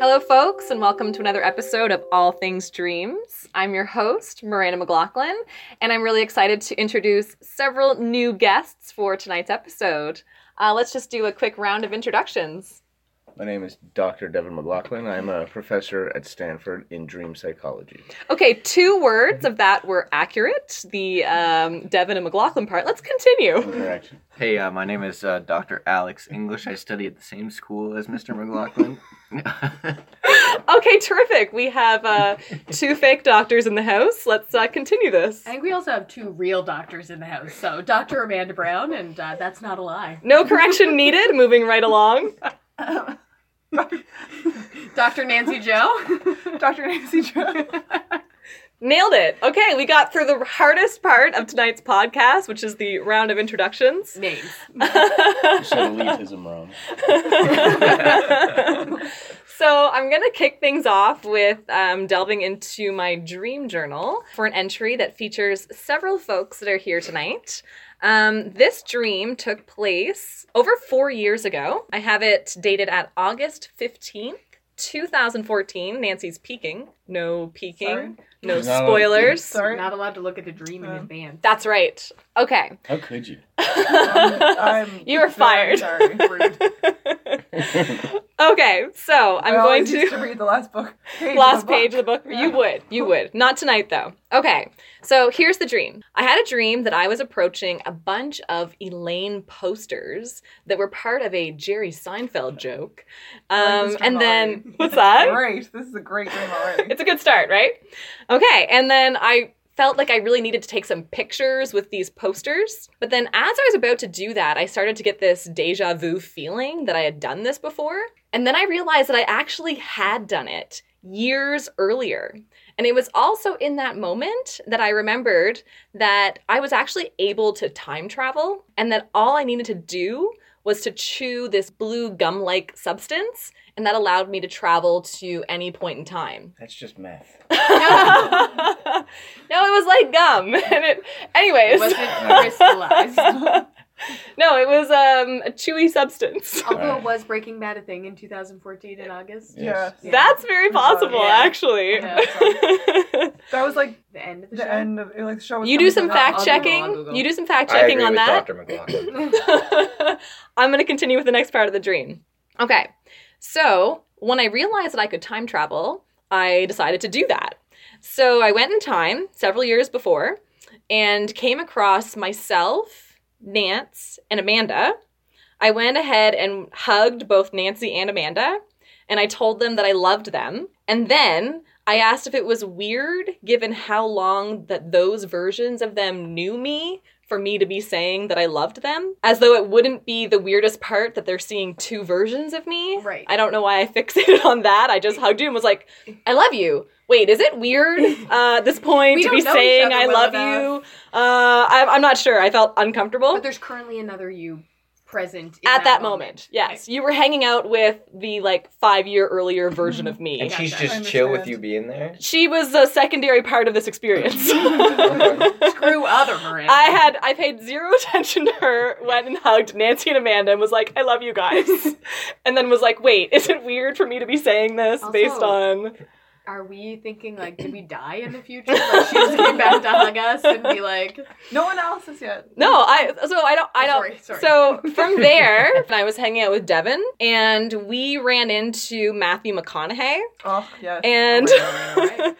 Hello, folks, and welcome to another episode of All Things Dreams. I'm your host, Miranda McLaughlin, and I'm really excited to introduce several new guests for tonight's episode. Uh, let's just do a quick round of introductions. My name is Dr. Devin McLaughlin. I'm a professor at Stanford in dream psychology. Okay, two words of that were accurate the um, Devin and McLaughlin part. Let's continue. Correct. Hey, uh, my name is uh, Dr. Alex English. I study at the same school as Mr. McLaughlin. Okay, terrific. We have uh, two fake doctors in the house. Let's uh, continue this. I think we also have two real doctors in the house. So Dr. Amanda Brown, and uh, that's not a lie. No correction needed. Moving right along. Dr. Nancy Joe. Dr. Nancy Drew. Nailed it. Okay, we got through the hardest part of tonight's podcast, which is the round of introductions. Names. You said elitism wrong. so I'm going to kick things off with um, delving into my dream journal for an entry that features several folks that are here tonight. Um, this dream took place over four years ago. I have it dated at August 15th. 2014, Nancy's peeking. No peeking. Sorry. No She's not allowed to peek. spoilers. Sorry. Not allowed to look at the dream in Oh. advance. That's right. Okay. How could you? I'm You are very fired. Sorry. Rude. okay, so I'm I going always to used to read the last book. page of last the book. page of the book. You would, you would. Not tonight though. Okay, so here's the dream. I had a dream that I was approaching a bunch of Elaine posters that were part of a Jerry Seinfeld joke, I like um, this and dream then already. what's that? Great. This is a great dream already. it's a good start, right? Okay, and then I felt like I really needed to take some pictures with these posters. But then as I was about to do that, I started to get this deja vu feeling that I had done this before. And then I realized that I actually had done it years earlier. And it was also in that moment that I remembered that I was actually able to time travel and that all I needed to do was to chew this blue gum like substance. And that allowed me to travel to any point in time That's just math. no, it was like gum, and it. Anyways, It wasn't crystallized. no, it was um, a chewy substance. Although it was Breaking Bad a thing in 2014 in August. Yeah. Yes. Yeah. That's very possible, Yeah. actually. Yeah, it's That was like The end of the, the show. end of it, like the show. Was you do some coming to fact I'll checking. Google, I'll Google. You do some fact checking on that. Dr. McLaughlin. I'm going to continue with the next part of the dream. Okay. So, when I realized that I could time travel, I decided to do that. So, I went in time several years before and came across myself, Nance, and Amanda. I went ahead and hugged both Nancy and Amanda, and I told them that I loved them. And then I asked if it was weird, given how long that those versions of them knew me, for me to be saying that I loved them, as though it wouldn't be the weirdest part that they're seeing two versions of me. Right. I don't know why I fixated on that. I just hugged you and was like, "I love you." Wait, is it weird uh, at this point We to be don't know each saying other I well love you? enough. Uh, I'm, I'm not sure. I felt uncomfortable But there's currently another you present in at that, moment. Yes, you were hanging out with the like five year earlier version of me. and she's I just chill with understand. you being there? She was a secondary part of this experience. Right. Screw other Miranda. I had I paid zero attention to her, went and hugged Nancy and Amanda and was like, I love you guys. and then was like, wait, is it weird for me to be saying this based Also- on Are we thinking like, did we die in the future? Like she just came back to hug us and be like, No analysis yet. No, I so I don't Oh, I don't Sorry, sorry. So from there, I was hanging out with Devin and we ran into Matthew McConaughey Oh yes. and Alright, alright, alright.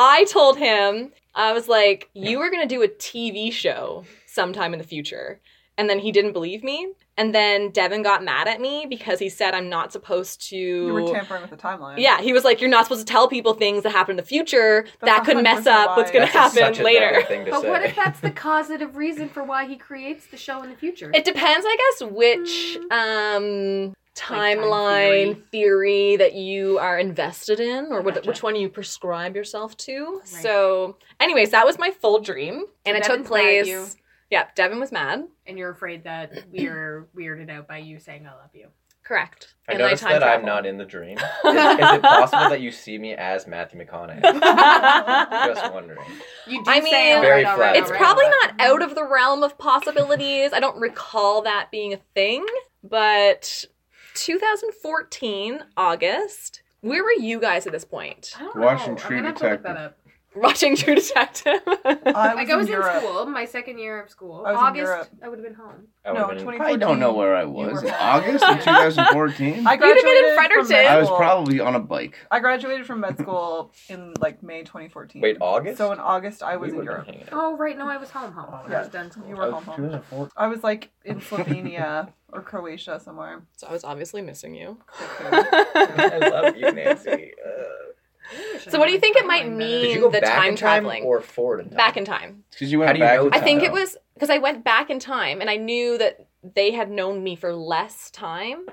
I told him, I was like, you are going to do a TV show sometime in the future. And then he didn't believe me. And then Devin got mad at me because he said I'm not supposed to. you were tampering with the timeline. yeah, he was like, you're not supposed to tell people things that happen in the future. That's that could mess 100% up what's lie. going to That's happen such a later. Devin thing to But say. what if that's the causative reason for why he creates the show in the future? It depends, I guess, which um, time timeline theory. that you are invested in, or what, Gotcha. which one you prescribe yourself to. Right. So, anyways, that was my full dream, and it took Devin's mad at place. you. Yeah, Devin was mad. and you're afraid that we're weirded out by you saying I love you. Correct. I And I noticed time that I'm traveled. not in the dream. Is, is it possible that you see me as Matthew McConaughey? Just wondering. You do I say mean, "All Very right, all flat. right, It's all right, probably all right." not out of the realm of possibilities. I don't recall that being a thing, but 2014 August Where were you guys at this point? I don't Watching know. True I'm gonna have to look Detective. that up. Watching True Detective. I was, like I was in, Europe. school, my second year of school. I was in August, Europe. I would have been home. I No, would've been- 2014. I don't know where I was. were- In August of 2014? I I, You'd have graduated been in from med Fredericton. school. was probably on a bike. I graduated from med school in like May 2014. Wait, August? So in August, I We was in would've been Europe. hanging out. Oh right, no, I was home, home. I Yeah. was done school. You were home. Oh, 2014. I was like in Slovenia or Croatia somewhere. so I was obviously missing you. I love you, Nancy. Uh, So what do you think it might Timeline mean? did better. you go The back time in traveling. or forward in time? back in time. It's 'cause you How went do you back know in that? I think it time. was because I went back in time and I knew that they had known me for less time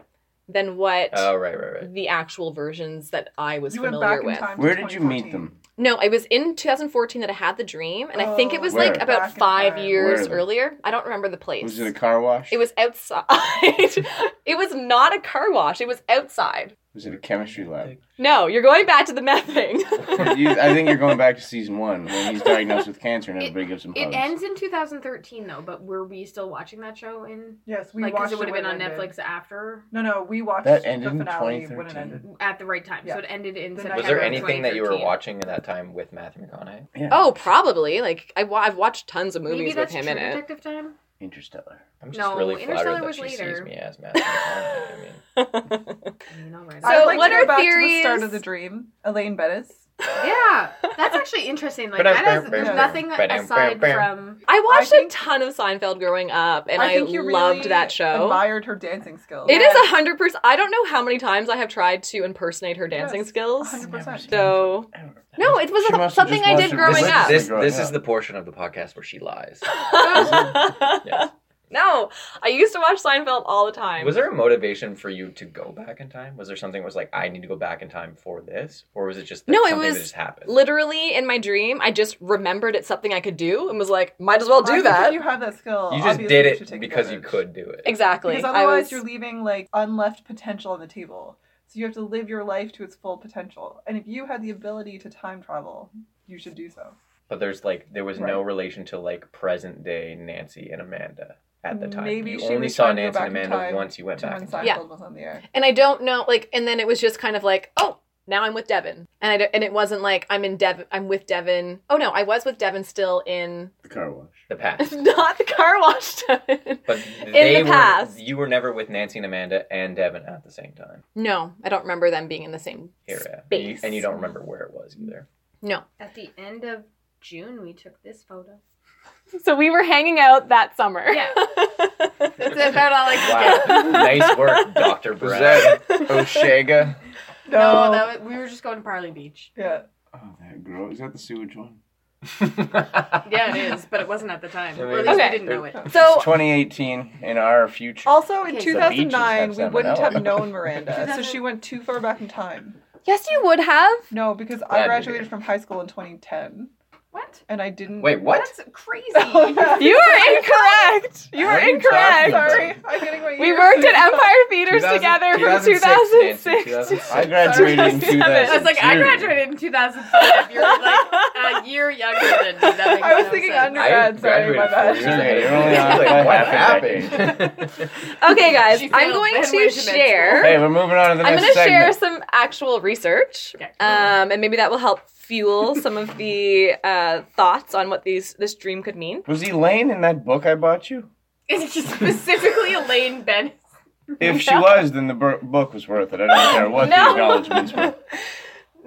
than what Oh right, right, right. the actual versions that I was you went familiar back in with. time. to Where did you 2014. meet them? No, I was in 2014 that I had the dream, and I think it was Where? like about Back in five time. years Where? earlier. I don't remember the place. Was it a car wash? It was outside. it was not a car wash. It was outside. Was it a chemistry lab? No, you're going back to the meth thing. You- I think you're going back to season one when he's diagnosed with cancer and It- everybody gives him It hugs. ends in 2013 though, but were we still watching that show in Yes, we like watched because it would have when been on ended. Netflix after No, no, we watched That ended the in finale when it 2013. ended. at the right time. Yeah. So it ended in Was September. Was there of anything that you were 2013. watching at that time with Matthew McConaughey? Yeah. oh, probably. Like I wa- I've watched tons of Maybe movies with that's him True in it. Detective time. Interstellar. I'm just No, really Interstellar flattered that was she sees later. me as Matthew McConaughey. I mean, I mean, all right. So I'd like what to are go back to the theories? start of the dream. Elaine Bettis. yeah, that's actually interesting. Like But I'm- that has but I'm- nothing but I'm- aside but I'm- from I watched think- a ton of Seinfeld growing up, and I, think you loved really that show. Admired her dancing skills. It Yeah. is a hundred percent. I don't know how many times I have tried to impersonate her dancing Yes, skills. 100%. So no, it was She a- must have something just I watched did it growing recently. up. This, Growing this up. is the portion of the podcast where she lies. Yes. no, I used to watch Seinfeld all the time. Was there a motivation for you to go back in time? Was there something that was like, I need to go back in time for this? Or was it just that No, it something was that just happened? Literally in my dream, I just remembered it's something I could do and was like, might as well I do think that. If you have that skill. you just obviously did should it take because you advantage. could do it. Exactly. Because I otherwise, was- you're leaving like unleft potential on the table. So you have to live your life to its full potential. And if you had the ability to time travel, you should do so. But there's like, there was no relation to like present day Nancy and Amanda at the time. Maybe you she only was saw trying to go Nancy back and in Amanda time once you went To back when in Seinfeld time. Yeah. was on the air. and I don't know, like, and then it was just kind of like, oh, now I'm with Devin, and I don't- and it wasn't like I'm in Devin, I'm with Devin. Oh no, I was with Devin still in The car wash. The past. not the car wash Devin. But they were, past. You were never with Nancy and Amanda and Devin at the same time. No, I don't remember them being in the same Era. And uh, you- space. and you don't remember where it was either. No. at the end of June we took this photo. So we were hanging out that summer. Yeah. That's about all I Wow. could nice work, Dr. Was Brown. that Oshaga? get. No, that was, we were just going to Parley Beach. yeah. Oh, that girl. Is that the sewage one? Yeah, it is, but it wasn't at the time. Or at least Okay. we didn't know it. So It's 2018 in our future. Also, in Okay, so- The beaches 2009, we have wouldn't have salmonella. known Miranda, so 2000 she went too far back in time. yes, you would have. No, because I Glad graduated you did. from high school in 2010, What? and I didn't. Wait, what? That's crazy. Oh, yeah. You were incorrect. You were What are you incorrect. talking about? Sorry, I'm getting my We years worked at mixed up. Empire Theaters 2000 together from 2006, 2006. Nancy, I graduated in 2007. 2000. I I was like, I graduated in 2005. You're like a year younger than me. That makes I was no thinking sense. under- Undergrad, sorry, my bad. Okay, you're only on okay, guys, She I'm failed going Ben to Way's dimension. share. Hey, we're moving on to the I'm going next to share segment. some actual research, Okay. um, and maybe that will help fuel some of the uh, thoughts on what these this dream could mean. Was Elaine in that book I bought you? Specifically, Elaine Bennis. If she was, then the bur- book was worth it. I don't care what No. the acknowledgments were.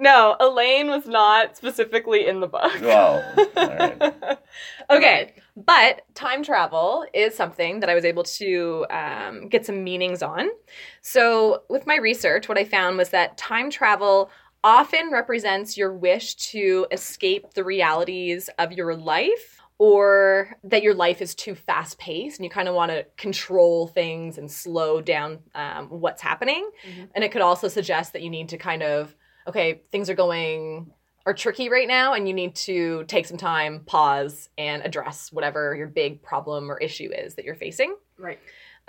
No, Elaine was not specifically in the book. Well, alright. okay, but time travel is something that I was able to um, get some meanings on. So, with my research, what I found was that time travel often represents your wish to escape the realities of your life. Or that your life is too fast paced and you kind of want to control things and slow down um, what's happening. Mhm. And it could also suggest that you need to kind of, okay, things are going are tricky right now and you need to take some time, pause, and address whatever your big problem or issue is that you're facing. Right.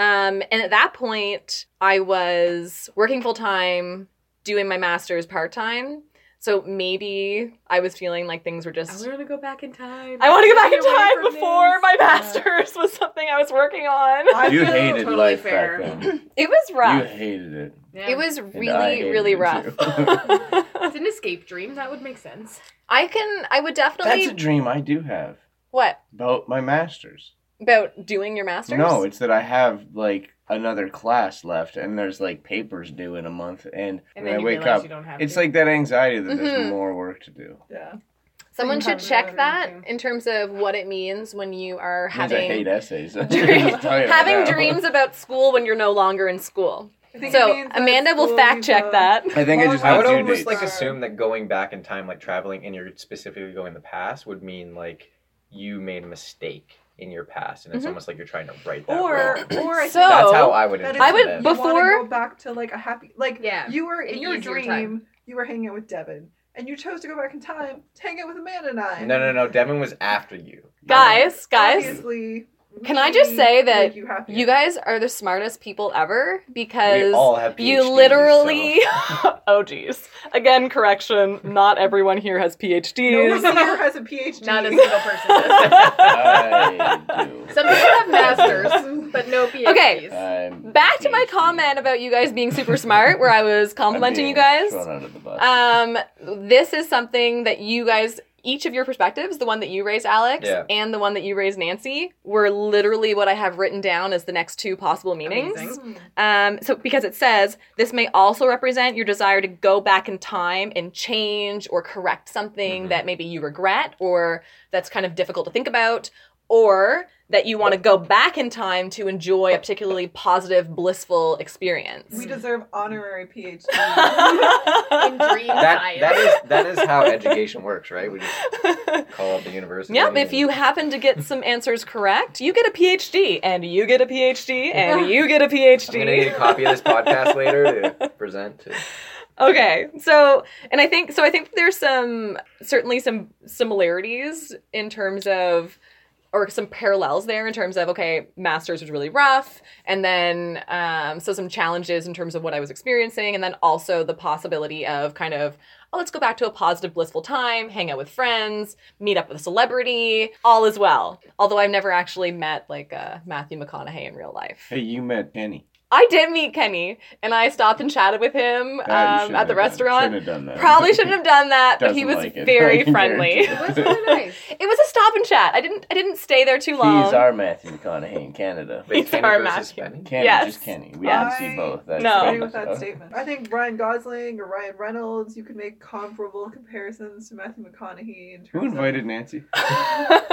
Um, and at that point, I was working full time, doing my master's part time. So maybe I was feeling like things were I just. want to go back in time. I want to go back in Get away time from before this. my Yeah. master's was something I was working on. I you feel hated totally life fair. back then. It was You rough. hated it. Yeah. It was I really, hated really it rough. It's an escape dream. That would make sense. I can. I would definitely. That's a dream I do have what about my master's. about doing your master's? No, it's that I have like another class left, and there's like papers due in a month, and, when And then I you wake realize up, you don't have. it's to. like that anxiety that Mhm. there's more work to do. Yeah. Someone you should haven't check read that anything. in terms of what it means when you are It means I hate Oh, having essays. Dream- Tell you having right now. dreams about school when you're no longer in school. I think it So means that Amanda will school fact is, check uh, that. I think I just I have I would two almost dates. like a- assume that going back in time, like traveling, and you're specifically going in the past, would mean like you made a mistake in your past, and it's Mhm. almost like you're trying to right that. Or, wrong. or I think So- that's how I would. that interpret it's I would- like it. you wanna before- go back to like a happy like Yeah, you were in an your easier dream time. you were hanging out with Devin and you chose to go back in time to hang out with Amanda and I. No, no, no. Devin was after you. Guys, guys, Obviously, Can I just we say that make you happy. you guys are the smartest people ever We because all have you PhDs, literally. so- oh geez. Again, correction. Not everyone here has no one PhDs. here has a PhD. Not a single person. does. I do. Some people have masters, but no PhDs. Okay. I'm Back to my PhD. comment about you guys being super smart, where I was I'm complimenting you being guys. thrown under the bus. Um, this is something that you guys, each of your perspectives, the one that you raised, Alex, Yeah. and the one that you raised, Nancy, were literally what I have written down as the next two possible meanings. Amazing. Um, so because it says this may also represent your desire to go back in time and change or correct something Mhm. that maybe you regret or that's kind of difficult to think about, or that you want to go back in time to enjoy a particularly positive, blissful experience. We deserve honorary PhD. In yeah, dream That, science. that is that is how education works, right? We just call up the university. if and- you happen to get some answers correct, you get a PhD, and you get a PhD, and you get a PhD. I'm gonna get a copy of this podcast later to present. To, okay so and i think so i think there's some certainly some similarities in terms of or some parallels there in terms of okay masters was really rough and then um, so some challenges in terms of what i was experiencing and then also the possibility of kind of oh let's go back to a positive blissful time hang out with friends meet up with a celebrity all is well although i've never actually met like uh, matthew mcconaughey in real life hey, you met Penny. I did meet Kenny, and I stopped and chatted with him That you um, shouldn't at have the done. restaurant. Shouldn't have done that. Probably shouldn't have done that, but he Doesn't was like it. I very can friendly. guarantee It it. was really nice. It was a stop and chat. I didn't. I didn't stay there too long. He's our Matthew McConaughey in Canada. Wait, He's Kenny our versus Matthew. Benny? Kenny, Yes. just Kenny. We Yeah. didn't see both. That's No. agree famous, with huh? that statement. I think Ryan Gosling or Ryan Reynolds, you can make comparable comparisons to Matthew McConaughey in terms Who invited Nancy? of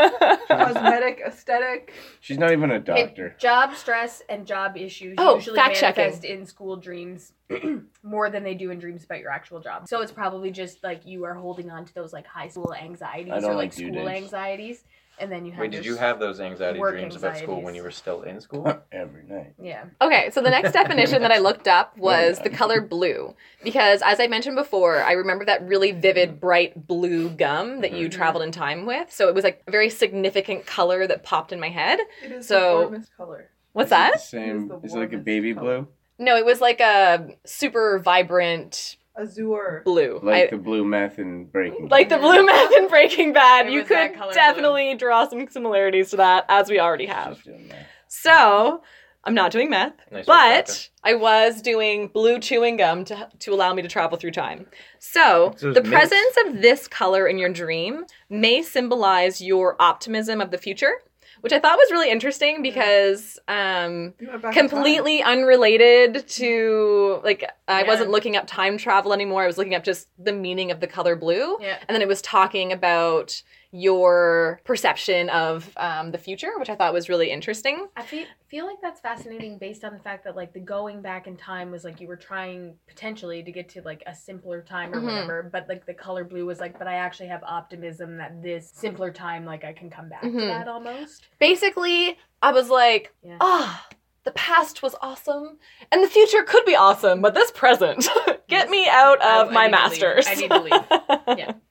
cosmetic aesthetic. She's not even a Okay, doctor. job stress and job issues Oh, usually fact-checking. manifest in school dreams more than they do in dreams about your actual job. So it's probably just like you are holding on to those like high school anxieties I don't or like like due school dates. anxieties, and then you have. Wait, did you your s- have those anxiety Work dreams about school when anxieties. you were still in school? Every night. Yeah. Okay, so the next definition that I looked up was the color blue. Because as I mentioned before, I remember that really vivid, bright blue gum that you Mm-hmm. Mhm. traveled in time with. So it was like a very significant color that popped in my head. It is So- the warmest color. What's Is it the that? same. It was the It's like a warmest baby color. blue, No, it was like a super vibrant Azure. blue. I- like the blue meth and Breaking. like the blue meth in Breaking Bad. It You was that could color definitely draw some similarities to that, as we already Bad. have. She's doing that. So I'm not doing meth, Nice but I was doing blue chewing gum to to allow me to travel through time. So So it's the mixed. presence of this color in your dream may symbolize your optimism of the future. Which I thought was really interesting because um, You went back in time. completely unrelated to like I Yeah. wasn't looking up time travel anymore. I was looking up just the meaning of the color blue Yeah. and then it was talking about your perception of um, the future, which I thought was really interesting. I feel, feel like that's fascinating based on the fact that like the going back in time was like you were trying potentially to get to like a simpler time or Mhm. whatever, but like the color blue was like, but I actually have optimism that this simpler time like I can come back to Mhm. that almost. Basically, I was like, Yeah. ah, the past was awesome, and the future could be awesome, but this present, get me out I- of my I need to leave. master's. I need to leave.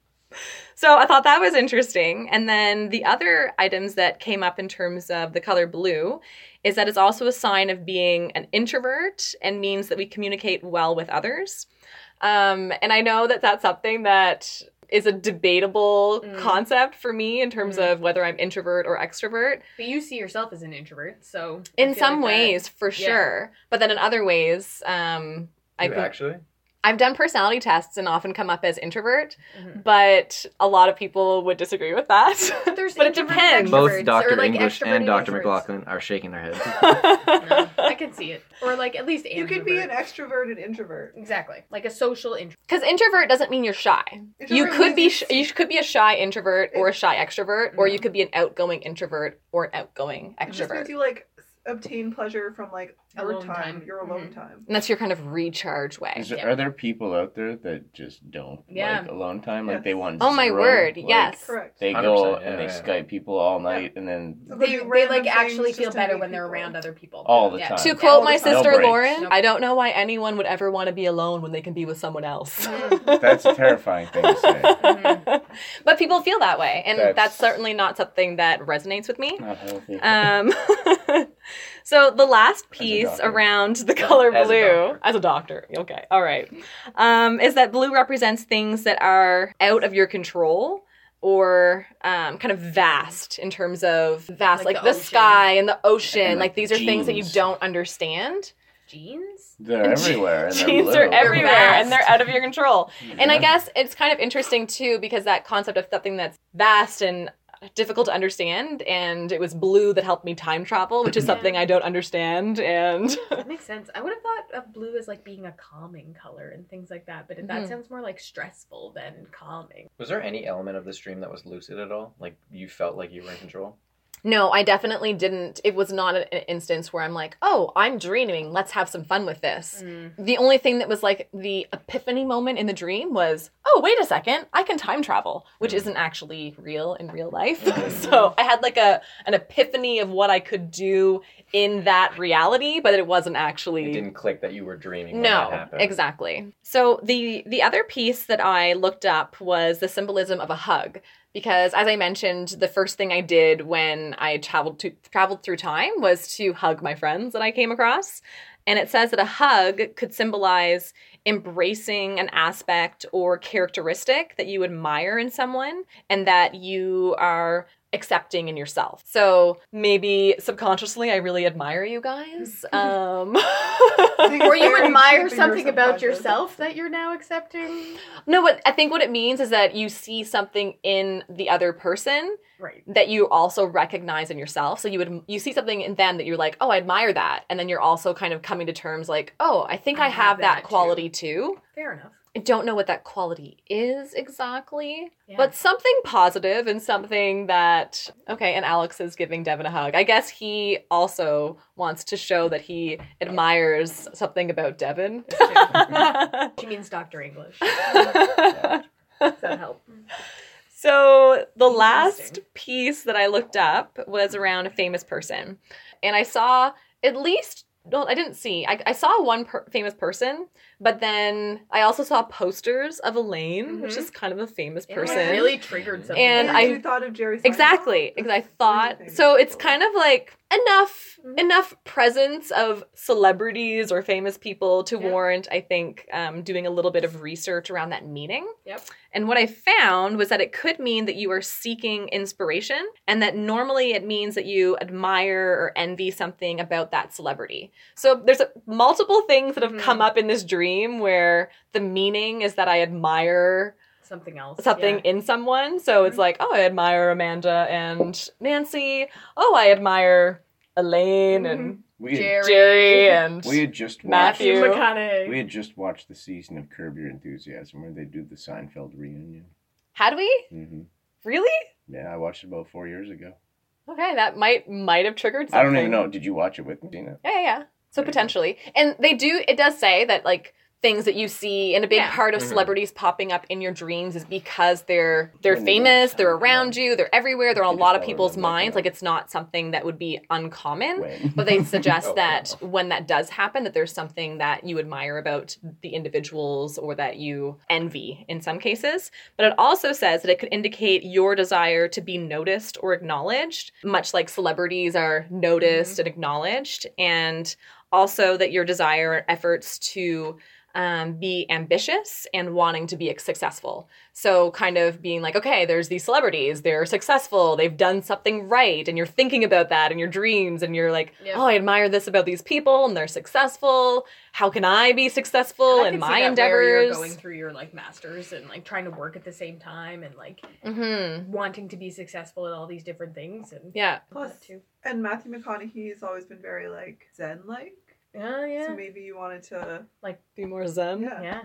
So I thought that was interesting. And then the other items that came up in terms of the color blue is that it's also a sign of being an introvert and means that we communicate well with others. Um, and I know that that's something that is a debatable Mm. concept for me in terms Mm. of whether I'm introvert or extrovert. But you see yourself as an introvert, so I In feel some like that- ways, for yeah. sure. But then in other ways, um, I You can, actually? I've done personality tests and often come up as introvert, Mhm. but a lot of people would disagree with that. There's but it introverts and depends. extroverts. Both Introverts, Dr. or, like, English extroverted and Dr. introverts. McLaughlin are shaking their heads. No, I can see it, or like at least You could be an ambivert. extroverted introvert. exactly like a social introvert. Because introvert doesn't mean you're shy. you Introvert could be means sh- you could be a shy introvert or a shy extrovert, or you could be an outgoing introvert or an outgoing It just extrovert. makes you like s- obtain pleasure from like your Alone time, time. your alone time. And that's your kind of recharge way. Is there, Yeah. Are there people out there that just don't Yeah. like alone time? Like Yes. they want. Oh my zero, word, like, uh, yes. Correct. They 100%, go yeah, and they yeah, yeah. Skype people all night and then So They, they'll do they random like actually things feel just to better meet when they're people. around other people. all the Yeah. time. To All quote the my time. sister No breaks. Lauren, No I don't know why anyone would ever want to be alone when they can be with someone else. Mm. That's a terrifying thing to say. Mhm. Mm-hmm. but people feel that way, and that's, That's- certainly not something that resonates with me. Not healthy. Um, so the last piece doctor. around the color As a blue doctor. as a doctor, okay, all right, um, is that blue represents things that are out of your control or um, kind of vast in terms of vast, like, Like the, the sky and the ocean. And, like like, these are things that you genes. don't understand. Jeans. They're everywhere. and they're Genes blue. are everywhere, and vast. they're out of your control. And I Yeah. guess it's kind of interesting too because that concept of something that's vast and difficult to understand and it was blue that helped me time travel which is Yeah. something i don't understand and That makes sense. I would have thought of blue as like being a calming color and things like that, but Mhm. that sounds more like stressful than calming. Was there any element of this dream that was lucid at all? Like you felt like you were in control? no i definitely didn't it was not an instance where i'm like oh i'm dreaming let's have some fun with this the only thing that was like the epiphany moment in the dream was oh wait a second i can time travel which Mhm. isn't actually real in real life Mhm. so i had like a an epiphany of what i could do in that reality but it wasn't It actually didn't click that you were dreaming when that no happened. exactly so the the other piece that i looked up was the symbolism of a hug because as i mentioned the first thing i did when i traveled to traveled through time was to hug my friends that i came across and it says that a hug could symbolize embracing an aspect or characteristic that you admire in someone and that you are accepting in yourself. So maybe subconsciously I really admire you guys. Um think Or Or you you Very admire deep in your something about subconscious. yourself that you're now accepting. No, what I think what it means is that you see something in the other person Right. that you also recognize in yourself. So you would you see something in them that you're like, "Oh, I admire that." And then you're also kind of coming to terms like, "Oh, I think I, have, that, too." quality too." Fair enough. I don't know what that quality is exactly, Yeah. but something positive and something that okay. And Alex is giving Devin a hug. I guess he also wants to show that he admires something about Devin. she means Doctor English. Does so that help? the last Interesting. piece that I looked up was around a famous person, and I saw at least. Well, I didn't see. I, I saw one per- famous person, but then I also saw posters of Elaine, which Mhm. is kind of a famous It, like, person. really triggered something. And Maybe I- you thought of Jerry. Seinfeld. Exactly, because I That's thought really so. It's famous. kind of like enough Mhm. enough presence of celebrities or famous people to Yeah. warrant, I think, um, doing a little bit of research around that meaning. Yep. And what I found was that it could mean that you are seeking inspiration, and that normally it means that you admire or envy something about that celebrity. So there's a, multiple things that have Mhm. come up in this dream where the meaning is that I admire something else. something in someone. So it's Mhm. like, oh, I admire Amanda and Nancy. Oh, I admire Elaine and we had, Jerry. Jerry and we had just watched, Matthew. we McConaughey. had just watched the season of Curb Your Enthusiasm where they do the Seinfeld reunion. had we Mm-hmm. hmm really? Yeah, I watched it about four years ago. Okay, that might might have triggered something. I don't even know. Did you watch it with me, Dina? Yeah, yeah, yeah. So There you go. potentially, and they do. It does say that like things that you see, and a big Yeah. part of Mhm. celebrities popping up in your dreams is because they're they're Mm-hmm. When they do famous, something they're around like- you, they're everywhere, they're on a You lot of follow people's them, like, minds. yeah. Like it's not something that would be uncommon. When? Mm-hmm. but they suggest Oh, that wow. when that does happen that there's something that you admire about the individuals or that you envy in some cases but it also says that it could indicate your desire to be noticed or acknowledged much like celebrities are Mm-hmm. noticed and acknowledged and also that your desire and efforts to um, be ambitious and wanting to be successful. So, kind of being like, okay, there's these celebrities, they're successful, they've done something right, and you're thinking about that in your dreams, and you're like, Yeah. oh, I admire this about these people, and they're successful. How can I be successful I in could my see that where you're endeavors? going through your like masters and like trying to work at the same time and like hmm wanting to be successful at all these different things and Yeah. Plus- that too. And Matthew McConaughey has always been very like Zen like. Oh So yeah, maybe you wanted to Be more zen. yeah, yeah.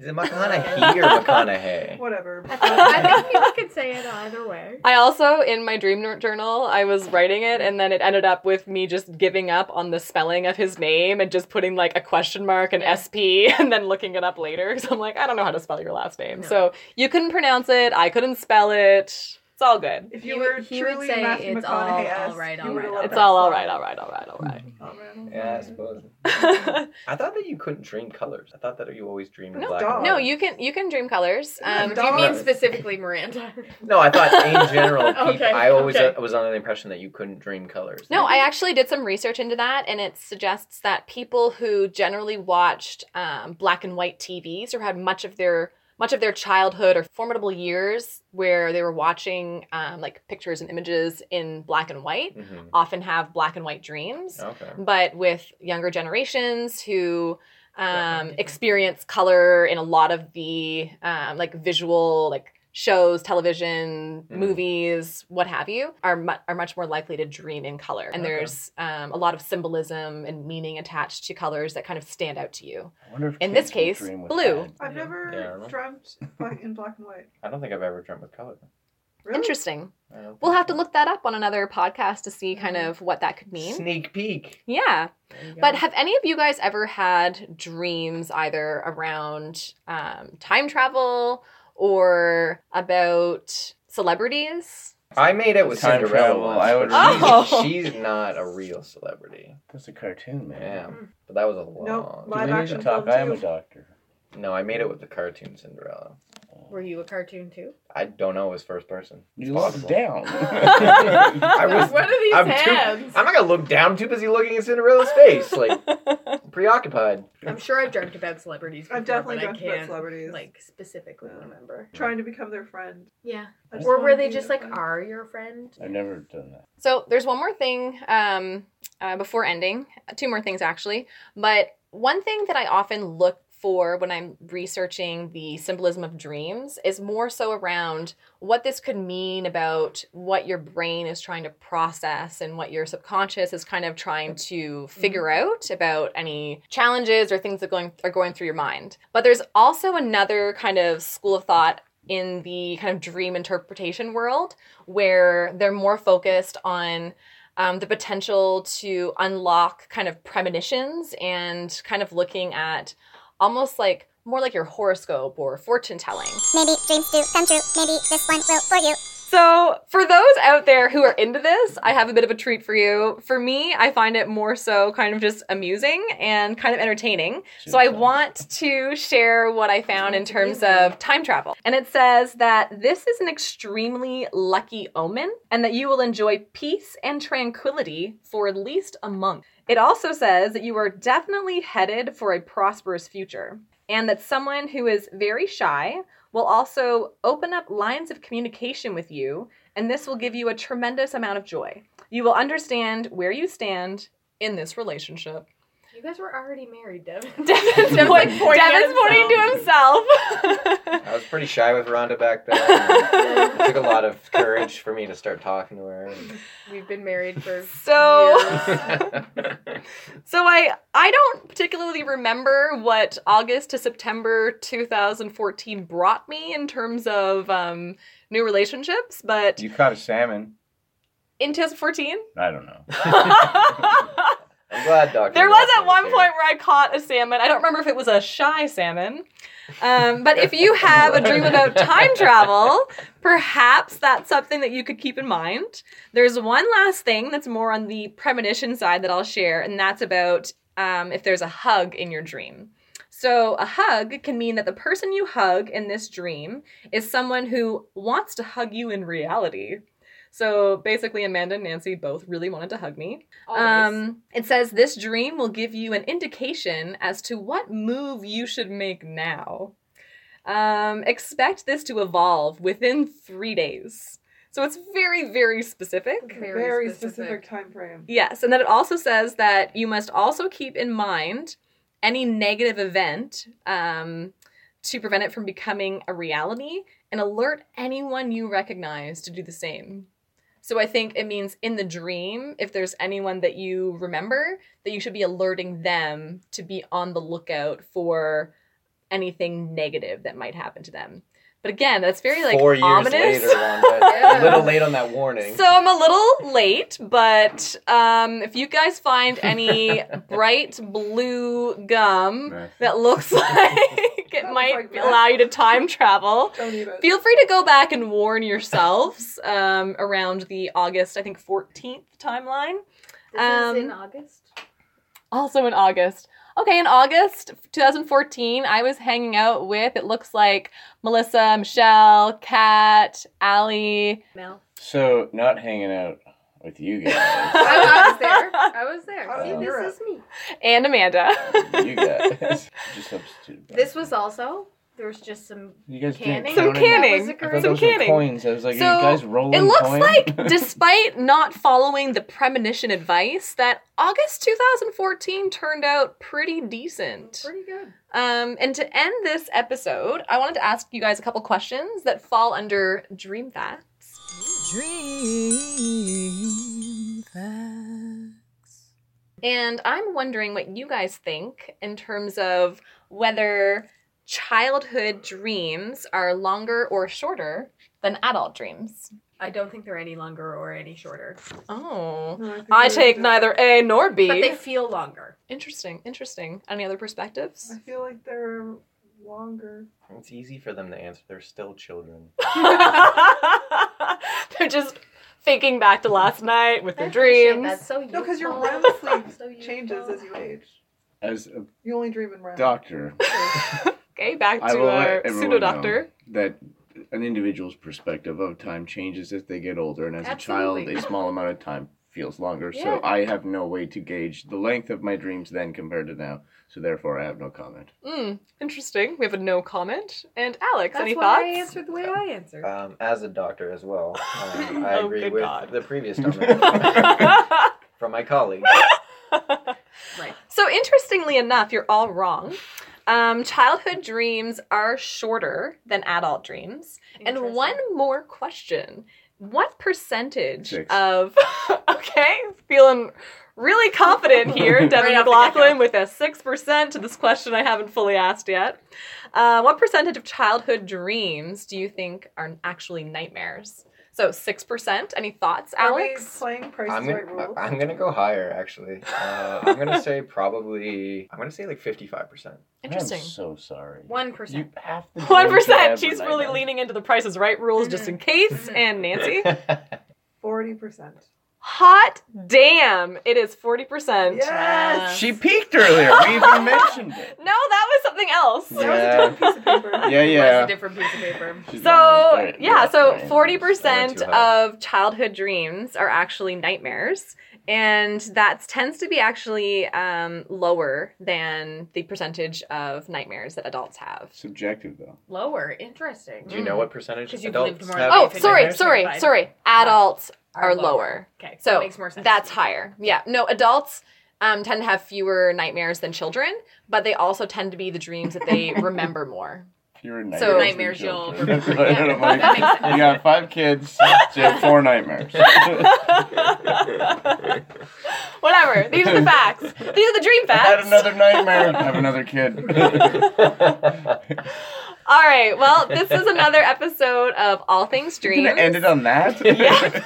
Is it McConaughey or McConaughey? whatever. I think, I think you could say it either way. I also, in my dream nor- journal, I was writing it, and then it ended up with me just giving up on the spelling of his name and just putting like a question mark and Yeah. SP and then looking it up later. Because I'm like, I don't know how to spell your last name. No. So you couldn't pronounce it, I couldn't spell it. It's all good. if He you would- were he would truly say Matthew it's all- McConaughey, all right, all you would right, have all let It's that all all slide. Oh, right, all right, all right, all right. All right, all Yeah, I right. suppose. I thought that you couldn't dream colors. I thought that you always dreamed No, in black dog. and no, white. you can you can dream colors. Um, Do you mean Dogs. specifically Miranda? No, I thought in general. peop- Okay, I always okay. uh, was under the impression that you couldn't dream colors. No, I actually did some research into that, and it suggests that people who generally watched um, black and white TVs or had much of their much of their childhood or formidable years where they were watching um, like pictures and images in black and white Mhm. often have black and white dreams. Okay. But with younger generations who um, different. experience color in a lot of the um, like visual like shows, television, Mhm. movies, what have you, are mu- are much more likely to dream in color. And Okay. there's um, a lot of symbolism and meaning attached to colors that kind of stand out to you. I wonder if In kids this will case, dream with blue. that. I've Yeah. Yeah, I don't never know. dreamt black in black and white. I don't think I've ever dreamt with color. Really? Interesting. I don't think We'll have to so. look that up on another podcast to see kind Mhm. of what that could mean. Sneak peek. Yeah. There you go. But have any of you guys ever had dreams either around um, time travel or about celebrities? I made it with Time Cinderella. travel, Once, I would but read. she's, she's not a real celebrity. That's a cartoon, man. Yeah, Mm. but that was a long. Nope, Do we Live need action to talk? film I am a too. doctor. No, I made it with the cartoon Cinderella. were you a cartoon too? I don't know his first person. You locked down. I was. what are these I'm too- hands? I'm not gonna look down. Too busy looking at Cinderella's face, like preoccupied. I'm sure I've dreamt about celebrities. Before, I've definitely but I dreamt about can't, celebrities. Like specifically remember. trying to become their friend. Yeah. I just Or wanna were be they their just like friend. are your friend? I've never done that. so there's one more thing um, uh, before ending, two more things actually. But one thing that I often look for when I'm researching the symbolism of dreams is more so around what this could mean about what your brain is trying to process and what your subconscious is kind of trying to figure out about any challenges or things that going are going through your mind. But there's also another kind of school of thought in the kind of dream interpretation world where they're more focused on um, the potential to unlock kind of premonitions and kind of looking at almost like more like your horoscope or fortune telling. Maybe dreams do come true. Maybe this one will for you. So, for those out there who are into this, I have a bit of a treat for you. For me, I find it more so kind of just amusing and kind of entertaining. So, I want to share what I found in terms of time travel. And it says that this is an extremely lucky omen and that you will enjoy peace and tranquility for at least a month. It also says that you are definitely headed for a prosperous future and that someone who is very shy will also open up lines of communication with you, and this will give you a tremendous amount of joy. You will understand where you stand in this relationship. You guys were already married, Devin. Devin's, Devin's, like, point- pointing at Devin's pointing to himself. I was pretty shy with Rhonda back then. it took a lot of courage for me to start talking to her. We've been married for so. years. So I I don't particularly remember what August to September 2014 brought me in terms of um, new relationships, but You caught a salmon. in 2014, I don't know. I'm glad Doctor. There was at one point where I caught a salmon. I don't remember if it was a shy salmon. Um, but if you have a dream about time travel, perhaps that's something that you could keep in mind. There's one last thing that's more on the premonition side that I'll share, and that's about um, if there's a hug in your dream. So, a hug can mean that the person you hug in this dream is someone who wants to hug you in reality. So basically, Amanda and Nancy both really wanted to hug me. Always. Um, it says this dream will give you an indication as to what move you should make now. Um, expect this to evolve within three days. So it's very, very specific. Very Very specific. specific time frame. Yes, and then it also says that you must also keep in mind any negative event um, to prevent it from becoming a reality and alert anyone you recognize to do the same. So I think it means in the dream, if there's anyone that you remember, that you should be alerting them to be on the lookout for anything negative that might happen to them. But again, that's very like Four years ominous. later, Wanda. Yeah. a little late on that warning. So I'm a little late, but um, if you guys find any bright blue gum that looks like it Sounds might like that. allow you to time travel, Don't need it. feel free to go back and warn yourselves um, around the August, I think, 14th timeline. This um, is in August. Also in August. Okay, in August 2014, I was hanging out with, it looks like Melissa, Michelle, Kat, Allie. Mel. So, not hanging out with you guys. I was there. I was there. I was See, in this Europe. is me. and Amanda. you guys. Just substitute. This was also. There was just some. You guys canning. drink Some Corona? canning. That was I occurring. thought Some those were canning. coins. I was like, So, are you guys rolling It looks coin? like, despite not following the premonition advice, that August 2014 turned out pretty decent. Pretty good. Um, and to end this episode, I wanted to ask you guys a couple questions that fall under dream facts. Dream facts. And I'm wondering what you guys think in terms of whether childhood dreams are longer or shorter than adult dreams. I don't think they're any longer or any shorter, Oh. No, think I it was take just- neither A nor B. but they feel longer. Interesting, interesting. Any other perspectives? I feel like they're longer. It's easy for them to answer. They're still children. They're just thinking back to last night with their I appreciate dreams. That. So No, because your youthful. So REM sleep youthful. changes as you age. As a You only dream in REM. doctor, okay, back I to uh, will our let everyone pseudo doctor. know that an individual's perspective of time changes as they get older, and as a Absolutely. child, a small amount of time feels longer. Yeah. So I have no way to gauge the length of my dreams then compared to now. So therefore, I have no comment. Mm, interesting. We have a no comment. And Alex, That's any why I thoughts? answered the way I answered. Uh, Um, as a doctor as well, um, I Oh, agree good with God. the previous comment from my colleague. Right. so interestingly enough, you're all wrong. Um, childhood dreams are shorter than adult dreams. And Interesting. one more question. What percentage Six. of okay, feeling really confident here, Devin Right off the McLaughlin with a six percent to this question I haven't fully asked yet. Uh, what percentage of childhood dreams do you think are actually nightmares? So six percent. Any thoughts, Are we Alex? playing Price I'm is Right gonna, uh, rules? I'm gonna go higher actually. Uh, I'm gonna say probably. I'm gonna say like 55 percent. Interesting. I'm so sorry. One percent. You have to. One percent. She's really leaning into the Price is Right rules just in case. Mhm. And Nancy, Forty percent. hot damn! It is forty percent. Yes. She peaked earlier. We even mentioned it. No, that was something else. That was a different piece of paper. Yeah, That's a yeah. different piece of paper. She's lying. So Right, yeah, right, so right. forty I went percent too high. of childhood dreams are actually nightmares, and that tends to be actually um, lower than the percentage of nightmares that adults have. Subjective though. Lower. Interesting. Do you know what percentage 'Cause you've adults lived more have? than Oh, Okay, sorry, nightmares sorry, are fine. sorry. Adults are lower. Okay, so So it makes more sense. that's higher. Yeah, no, adults um, tend to have fewer nightmares than children, but they also tend to be the dreams that they remember more. Fewer nightmares. So- than Nightmares you'll children. remember, I don't yeah. know, like, That makes sense. You got five kids, so you have four nightmares. Whatever. These are the facts. These are the dream facts. Had another nightmare. Have another kid. All right. Well, this is another episode of All Things You're Dreams. gonna end it on that? Yeah.